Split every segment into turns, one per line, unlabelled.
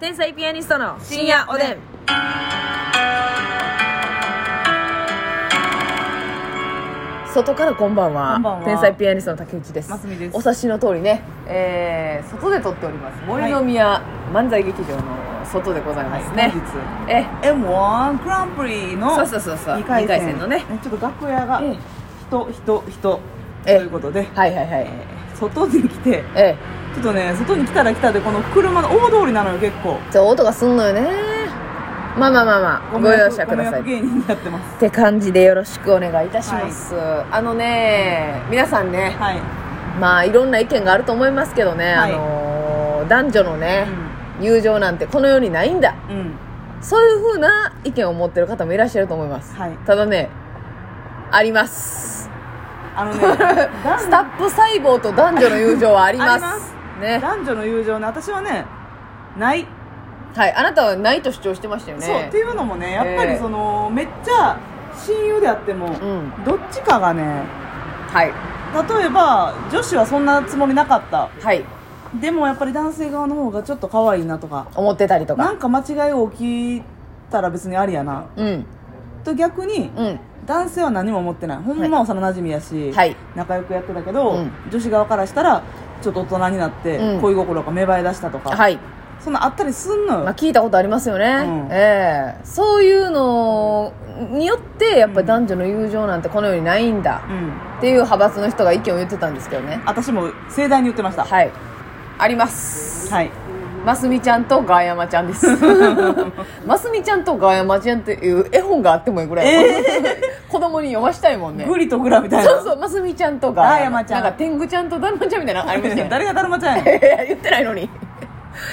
天才ピアニストの深夜おでん。外からこんばんは。
こんばんは
天才ピアニストの竹内です。
ますみです
お察しの通りね、えー外で撮っております。森の宮漫才劇場の外でございますね。え、
M1 グランプリの
そうそうそうそう。
2回戦
のね。
ちょっと楽屋が
ええ
人人人と
ええ
いうことで、
はいはいはい。
外に来て
え
ちょっとね外に来たら来たでこの車の大通りなのよ結構
え、ちょ音がすんのよね。まあまあまあまあ、ご容赦ください
ご。迷惑芸人になってます
って感じでよろしくお願いいたします、あのね皆さんね
はい、
まあいろんな意見があると思いますけどね、
はい
あのー男女のね、友情なんてこの世にないんだ
うんうん
そういうふうな意見を持ってる方もいらっしゃると思います、
はい
ただねあります
あ のね男
スタップ細胞と男女の友情はあります
あります
ね
男女の友情ね私はねない、
はいあなたはないと主張してましたよね
そうっていうのもねやっぱ
ええ
りその、めっちゃ親友であっても、
うん
どっちかがね
はい
例えば女子はそんなつもりなかった
はい
でもやっぱり男性側の方がちょっと可愛いなとか
思ってたりと
な
か
んか間違いを起きたら別にありやな
うん
と逆に
うん
男性は何も思ってないほん
は
ま幼馴染やし、
はい
仲良くやってたけど、
うん
女子側からしたらちょっと大人になって
うん
恋心が芽生え出したとか、
はい
そんなあったりすんのよ、
まあ、聞いたことありますよね、
うん
ええそういうのによってやっぱり男女の友情なんてこの世にないんだ
うん
っていう派閥の人が意見を言ってたんですけどね
私も盛大に言ってました
はいあります
はい
ますみちゃんとガーヤマちゃんです ますみちゃんとガーヤマちゃんっていう絵本があってもいいぐらい、 子供に読ましたいもんね
グリとグラみたいな
そうそうますみちゃんとガーヤマ
ガーヤマちゃん
なんか天狗ちゃんとだるまちゃんみたいなのありましたよね
誰がだるまちゃんやねん
いや言ってないのに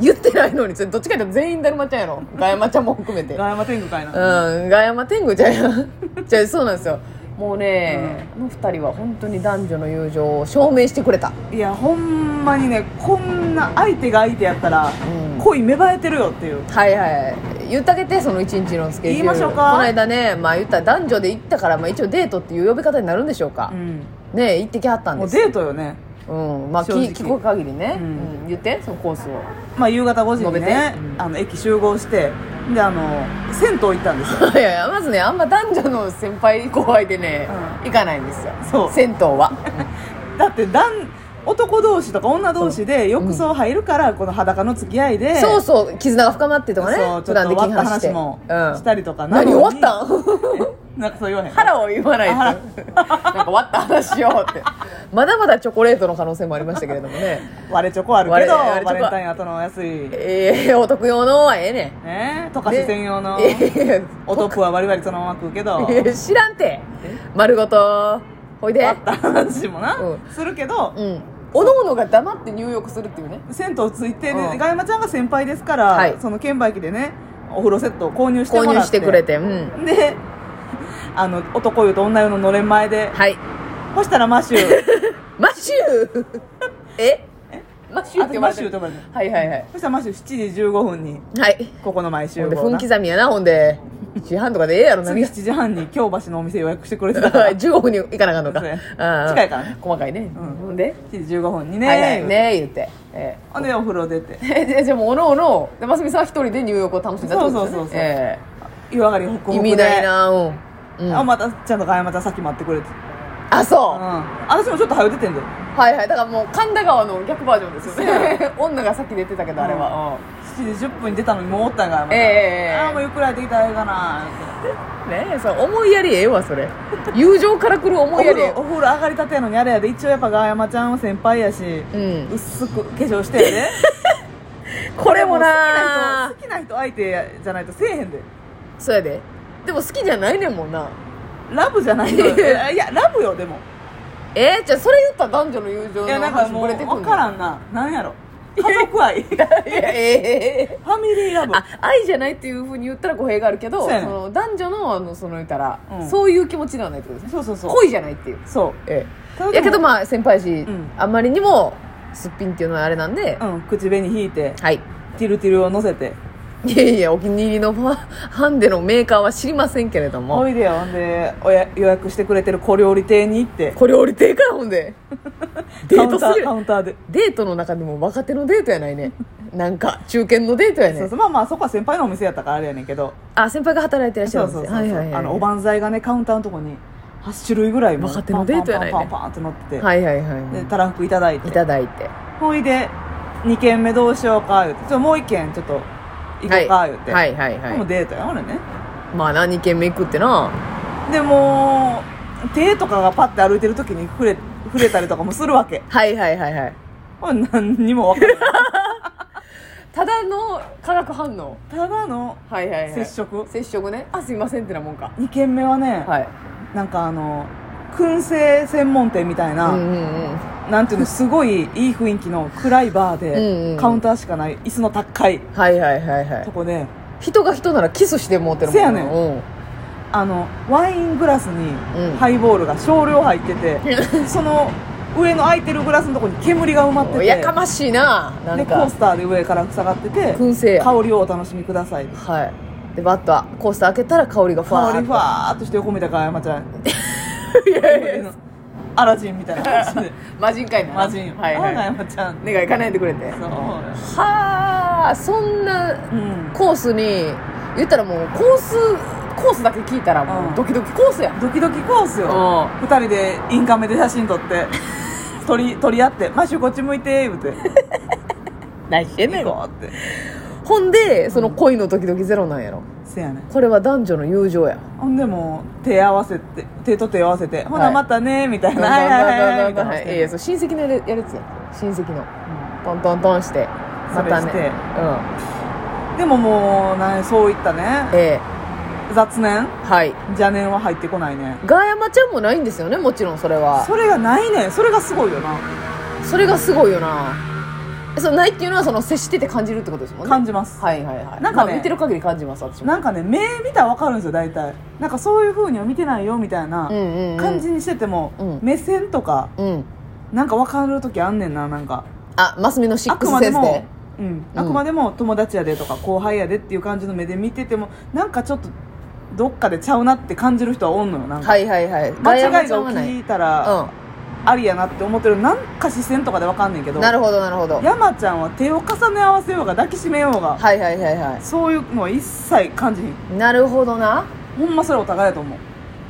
言ってないのにそれどっちかというと全員だるまちゃんやろガーヤマちゃんも含めて
ガヤマ天狗 かいな、
うん、ガヤマ天狗じゃ んじゃあそうなんですよもうね、あの二人は本当に男女の友情を証明してくれた
いやほんまにねこんな相手が相手やったら、
うん
恋芽生えてるよっていう
はいはい言ってあげてその一日のスケジュール
言いましょうか
この間ねまあ言ったら男女で行ったから、まあ、一応デートっていう呼び方になるんでしょうか
う、ん
ねえ行ってきはったん
も
で
う
す
デートよね
うんまあ
正
聞
直
聞く限りね、う
うんん
言ってそのコースを
まあ夕方5時にね
述べてうん
あの駅集合してであの銭湯行ったんですよ
いやいやまずねあんま男女の先輩後輩でね、行かないんですよ
そう
銭湯 は
だって男男同士とか女同士で浴槽入るから、この裸の付き合いで
そうそう絆が深まってとかね
そうちょ
普
っと
段で
終
きん
わった
話して
話も
うん
したりとかなの
何
に
終わった ん
え なんかそう言わへん
腹を言わないと
あ
なんか終わった話しようってまだまだチョコレートの可能性もありましたけれどもね
割れチョコあるけど
割れ割れチョコ
バレンタイン後のお安い
ええお得用のはええねん
ねとかし専用の
ええ
お豆腐は割り割りそのまま食うけど
ええ 知らんて丸ごとほいで
あった話もな、
うん
するけど
う、んおのおのが黙って入浴するっていうね
銭湯ついて、
うん
でガヤマちゃんが先輩ですから、
はい
その券売機でねお風呂セットを購入しても
購
らって
入してくれてうん
であの男湯と女湯ののれん前で
はい
そしたらマシュ ー
マシュ ーえマシューって
私
呼ば
マ
れ
シ
て
ュー
る
と呼ばれてる
はいはいはい
そしたらマシュー7時15分に
はい
ここの毎週
ほんで
号
分
な次
刻みやなほんで市販とかでええやろ何が
7時半に京橋のお店予約してくれてたから 7
中国に行かなあかんのか
そうや
ああ
近いからね
細かいね
うん
ほんで
時15分にね、
はいはいねえ言ってえ
ほんでお風呂出て
えじゃあじゃあもうおのおのでますみさんは一人で入浴を楽しんだってことですね
そうそうそうそう
え
湯上がりホクホ
え
クで
意味ないなうんうん
あまたちゃんとガヤマちゃんさっき待ってくれて
あ
うん
そう
私もちょっと早う出てんだよ
はいはいだからもう神田川の逆バージョンですよね女がさっき出てたけどあれは
は7時10分に出たのにもうおったんかまた
ええええ
ああもうゆっくり入ってきたらええかな
ねえそう思いやりええわそれ友情から来る
お
思いや
風
り
呂お風呂上がりたてやのにあれやで一応やっぱガヤマちゃんは先輩やし、
うん
薄く化粧してやで
これも
で
な
も好きな人好きな人相手じゃないとせえへんで
そうやででも好きじゃないねんもんな
ラブじゃない のいやいやラブよでも
えー、じゃあそれ言ったら男女の友情の
いやなんか
話
も
ぶ
う
れてくんの
分からんなな んやろ家族愛ファ
いやええ
ミリーラブ
あ愛じゃないっていうふうに言ったら語弊があるけど
そ
そう
やねん
の男女のあのその言ったら、
うん
そういう気持ちではないってことですね
そうそうそう
恋じゃないっていう
そ
え
う
えいやけどまあ先輩し、
ん
あんまりにもすっぴんっていうのはあれなんで、
うん口紅引いて
はい
ティルティルを乗せて
いやいやお気に入りのファハンデのメーカーは知りませんけれど
お
も
いでよほんでおや予約してくれてる小料理亭に行って
これ降りてからほんでデートす
カウンター
る
カウンターで
デートの中でも若手のデートやないねなんか中堅のデートやね
そうそうまあまあそこは先輩のお店やったからあれやねんけど
あ先輩が働いてらっしゃ
そ
る
うんそ
で
う
す
そう
ね
そう、あのおばんざいがねカウンターのとこに8種類ぐらいもう
若手のデートやないね
パンパンパンパンパンって乗ってて、
はいはいはい
でたらふくいただいて
いただいて
ほいで2軒目どうしようか言うてちょっともう1軒ちょっと行こうか言うて、
はいはいはい
も
は
うデートや俺ね
いまあ何軒目行くってな
でもう手とかがパッて歩いてる時に触れ触れたりとかもするわけ
はいはいはいはい
ほん何にも分から ない
ただの化学反応
ただの
はいはいはい
接触
接触ねあすいませんってなもんか
2軒目はね、
はい
なんかあの燻製専門店みたいな、
うんうんうん
なんていうのすごいいい雰囲気の暗いバーで、
うんうん
カウンターしかない椅子の高い
はいはいはいは
と
い
こで
人が人ならキスしてもうてるもんな
せやねん
うん
あのワイングラスに
うん
ハイボールが少量入っ てて、その上の空いてるグラスのとこに煙が埋まってて
やかましいなな
で
ん
コー
か
スターで上から塞がってて
燻製や
香りをお楽しみください
はいでバッとコースター開けたら香りがファー
香りふ
ッ
わーっとして横見たから山ちゃん
といやいやいや
アラジンみたいな感じで
魔人かいな
魔人
はい
あら
はい
山ちゃん
願い叶えてくれて
そう
はあそんな
うん
コースに言ったらもうコースコースだけ聞いたらもううんドキドキコースやん
ドキドキコースよ
う
二人でインカメで写真 撮って撮り撮り合って「マッシュこっち向いて」言うて
ん何してん
「
ねん
行こう」って
ほんでその恋のドキドキゼロなんやろ
せやねん
これは男女の友情や
ほんでもう手合わせて手と手合わせて「ほなまたね」みたいな「 はいはいはいはい」みたいなして
いやそう親戚のやるやるやつや親戚の
う
トントントンしてまた
それして
ね
んでももうなんそういったね
うんええ
雑念
はい
邪念は入ってこないね
ガヤマちゃんもないんですよねもちろんそれは
それがないねんそれがすごいよな
それがすごいよなえそのないっていうのはその接してて感じるってことですもんね
感じます
はいはいはい
なんかね
まあ見てる限り感じます私も
なんかね目見たら分かるんですよ大体なんかそういうふうには見てないよみたいな
うんうんうん
感じにしてても、
うん
目線とか
うん
なんか分かる時あんねんななんか
あマスミのシッ
あ
ク
く
ス
ま
セ
で
ンス
も
で、
うん、あくまでも友達やでとか後輩やでっていう感じの目で見ててもなんかちょっとどっかでちゃうなって感じる人はおんのよなんか、
はいはいはいガヤ
間違
マ
い
ちゃんは
が
ない
起きたら
う
ありやなって思ってるなんか視線とかで分かんねんけど
んなるほどなるほど
山ちゃんは手を重ね合わせようが抱きしめようが
はいはいはいは
そういうのは一切感じひん
いなるほどな
ほんまそれお互いやと思う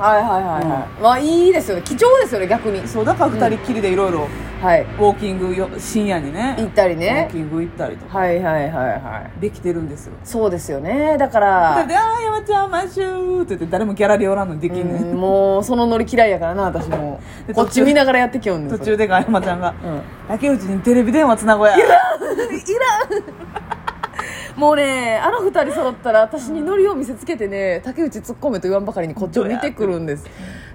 はいはいはいはい、まあいいですよね貴重ですよね逆に
そうだから二人っきりでいろいろ
はい
ウォーキングよ深夜にね
行ったり
ウォー
ね
キング行ったりとか
はいはいはいはい
できてるんですよ
そうですよねだか
で
ら
で「あー山ちゃん毎週」って言って誰もギャラリーおらんのにできんねん
うんもうそのノリ嫌いやからな私も
で
こっち
途中
見ながらやってきよんねん
途
それ
中でが山ちゃんが
うん
「竹内にテレビ電話つなごや」
もうねあの二人揃ったら私にノリを見せつけてね竹内突っ込めと言わんばかりにこっちを見てくるんです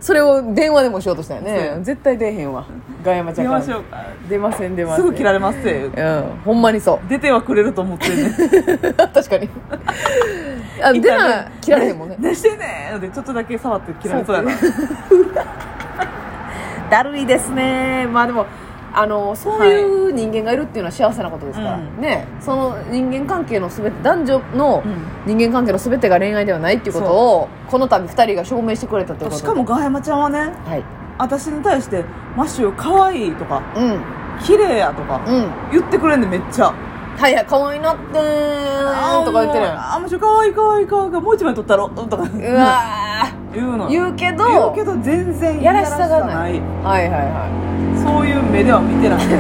それを電話でもしようとしたよ
そ
ね
う
絶対出えへんわガヤマちゃ
電
んから
話しようか
出ません出ませ
す
ん
ぐ切られますって
うんほんまにそう
出てはくれると思ってんねん
確かにあ出な切られへんもんね
何してんねんでちょっとだけ触って切られそうやな
だるいですねまあでもあのそういう人間がいるっていうのは幸せなことですから、
うん
ねその人間関係のすべて男女の
うん
人間関係のすべてが恋愛ではないっていうことをこの度二人が証明してくれたってことで
しかもが山ちゃんはね
はい
私に対して「マッシュ可愛いとか
うん
「綺麗や」とか
うん
言ってくれんでめっちゃ
はいはい可愛いなってーんとか言ってる
あーもうあーマッシュ可愛い可愛い可愛いもう一枚撮ったろとか
うわ
言うの
ー
よ
言うけど
言うけど全然
やらしさがない
やらし
はいはいは
さないそういう目では見てないフ
いフ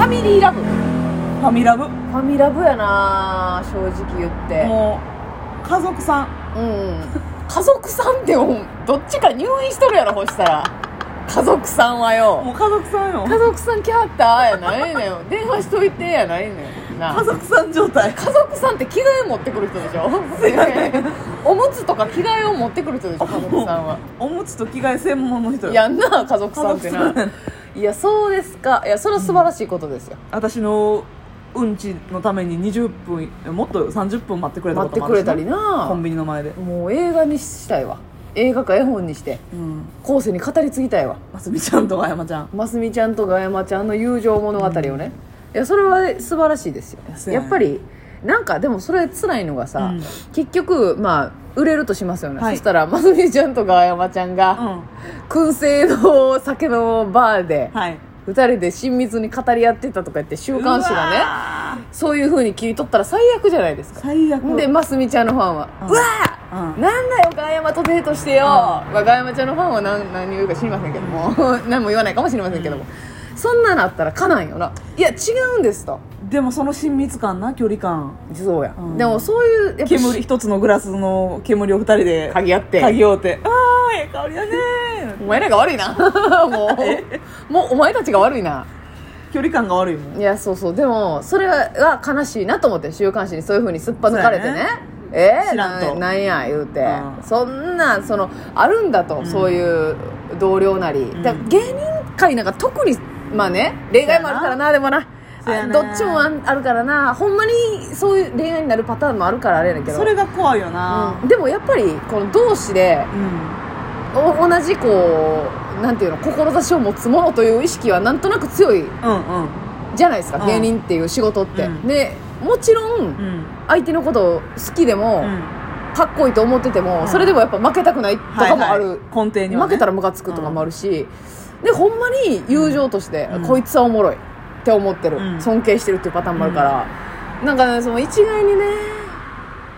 ァミリーラブフ
ァミラブ
ァミラブやなー正直言って
もう家族さん
うん家族さんってもうどっちか入院しとるやろほしたら家族さんは
も
よ
う家族さんよ
家族さんキャッターやないねん電話しといてやないねんなあ
家族さん状態
家族さんって着替え持ってくる人でしょすいません おむつとか着替えを持ってくる人でしょ家族さんは
おむつと着替え専門の人よ
やんな家族さんって
家族さ
な。いやそうですか。いやそれは素晴らしいことですよ。
私のうんちのために20分もっと30分待ってくれた
待っ
こ
て
ともあ
く
る
れ
した
り
コ
な
ン。ビニの前で
もう映画にしたいわ。映画か絵本にして
うん
後世に語り継ぎたいわ。
ますみちゃんとか山ちゃん
ますみちゃんとガヤマちゃんの友情物語をね。いやそれは素晴らしいですよ
いや。そうや
や
ね
っぱりなんかでもそれ辛いのがさ、
うん
結局まあ。売れるとしますよね、
はい
そしたらますみちゃんとガヤマちゃん
う
が、
ん
燻製の酒のバーで
はい
二人で親密に語り合ってたとか言って週刊誌
う
がね
わ
そういうふうに切り取ったら最悪じゃないです
ー
か
最悪
でますみちゃんのファンは
う
「
ん
うわ
うん
ーなんだよガヤマとデートしてよ」
うん
まあガヤマちゃんのファンは何何言うか知りませんけども 何も言わないかもしれませんけどもそんなのあったらかなんよないや違うんですと
でもその親密感な距離感
そうや
うん
でもそういうやっぱ
煙一つのグラスの煙を二人で
鍵あって
嗅ぎ合うてああええ香りだねー
お前らが悪いな もうもうお前たちが悪いな
距離感が悪いもん
いやそうそうでもそれは悲しいなと思って週刊誌にそういうふうにすっぱ抜かれて
そう
ね
やね
えー、
知らんと
ななんや言うて、
うん
そんなそのあるんだと、
ん
そういう同僚なり、
ん
だから芸人界なんか特にまあね例外もあるからなでもな
そうや
あ
な
どっちもああるからなほんまにそういう恋愛になるパターンもあるからあれやねんけど
それが怖いよな
うんでもやっぱりこの同志で
うん
お同じこうなんていうの志を持つものという意識はなんとなく強い
うんうん
じゃないですか、
うん
芸人っていう仕事って、
うん
でもちろん
うん
相手のことを好きでも、
うん
かっこいいと思ってても、
うん
それでもやっぱ負けたくないとかもある、
はいはい根底には
負
ね
けたらムカつくとかもあるし、でほんまに友情として、
うん
こいつはおもろいって思ってる、
うん
尊敬してるっていうパターンもあるから、なんかねその一概にね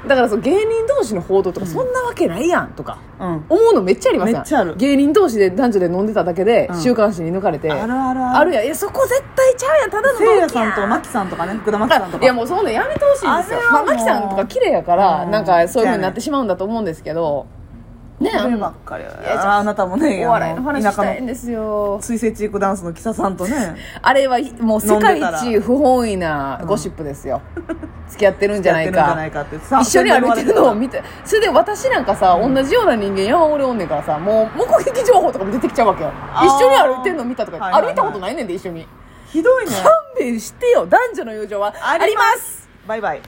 だからその芸人同士の報道とか、
うん
そんなわけないやんとか
うん
思うのめっちゃありますやん
めっちゃある
芸人同士で男女で飲んでただけで、
うん
週刊誌に抜かれて
あるある
あるやんいやそこ絶対ちゃうやんただの同期
せい
や
や
ん
さんとマキさんとかね福田マキさんと か
いやもうそんなやめてほしいですよ
あれは
まあ
もう
マキさんとか綺麗やから、
うん
なんかそういうふうになってしまうんだと思うんですけどね
こ
あ
れ
の
ばっかりや
いや
ああなたもね
お笑いの
あ
話
田
し
舎
たいん
の
ですよ
水星チークダンスのキサさんとね
あれはもう世界一不本意な
うん
ゴシップですよ、付き合ってるんじゃない
やってるんじゃな
か
いかってさ
一緒に歩いてるのを見てそれで私なんかさ、同じような人間山盛りおんねんからさもう目撃情報とかも出てきちゃうわけよ
あー
一緒に歩いてるの見たとか、
はいはいはい
歩いたことないねんで一緒に
ひどいね
勘弁してよ男女の友情はあります
バイバイ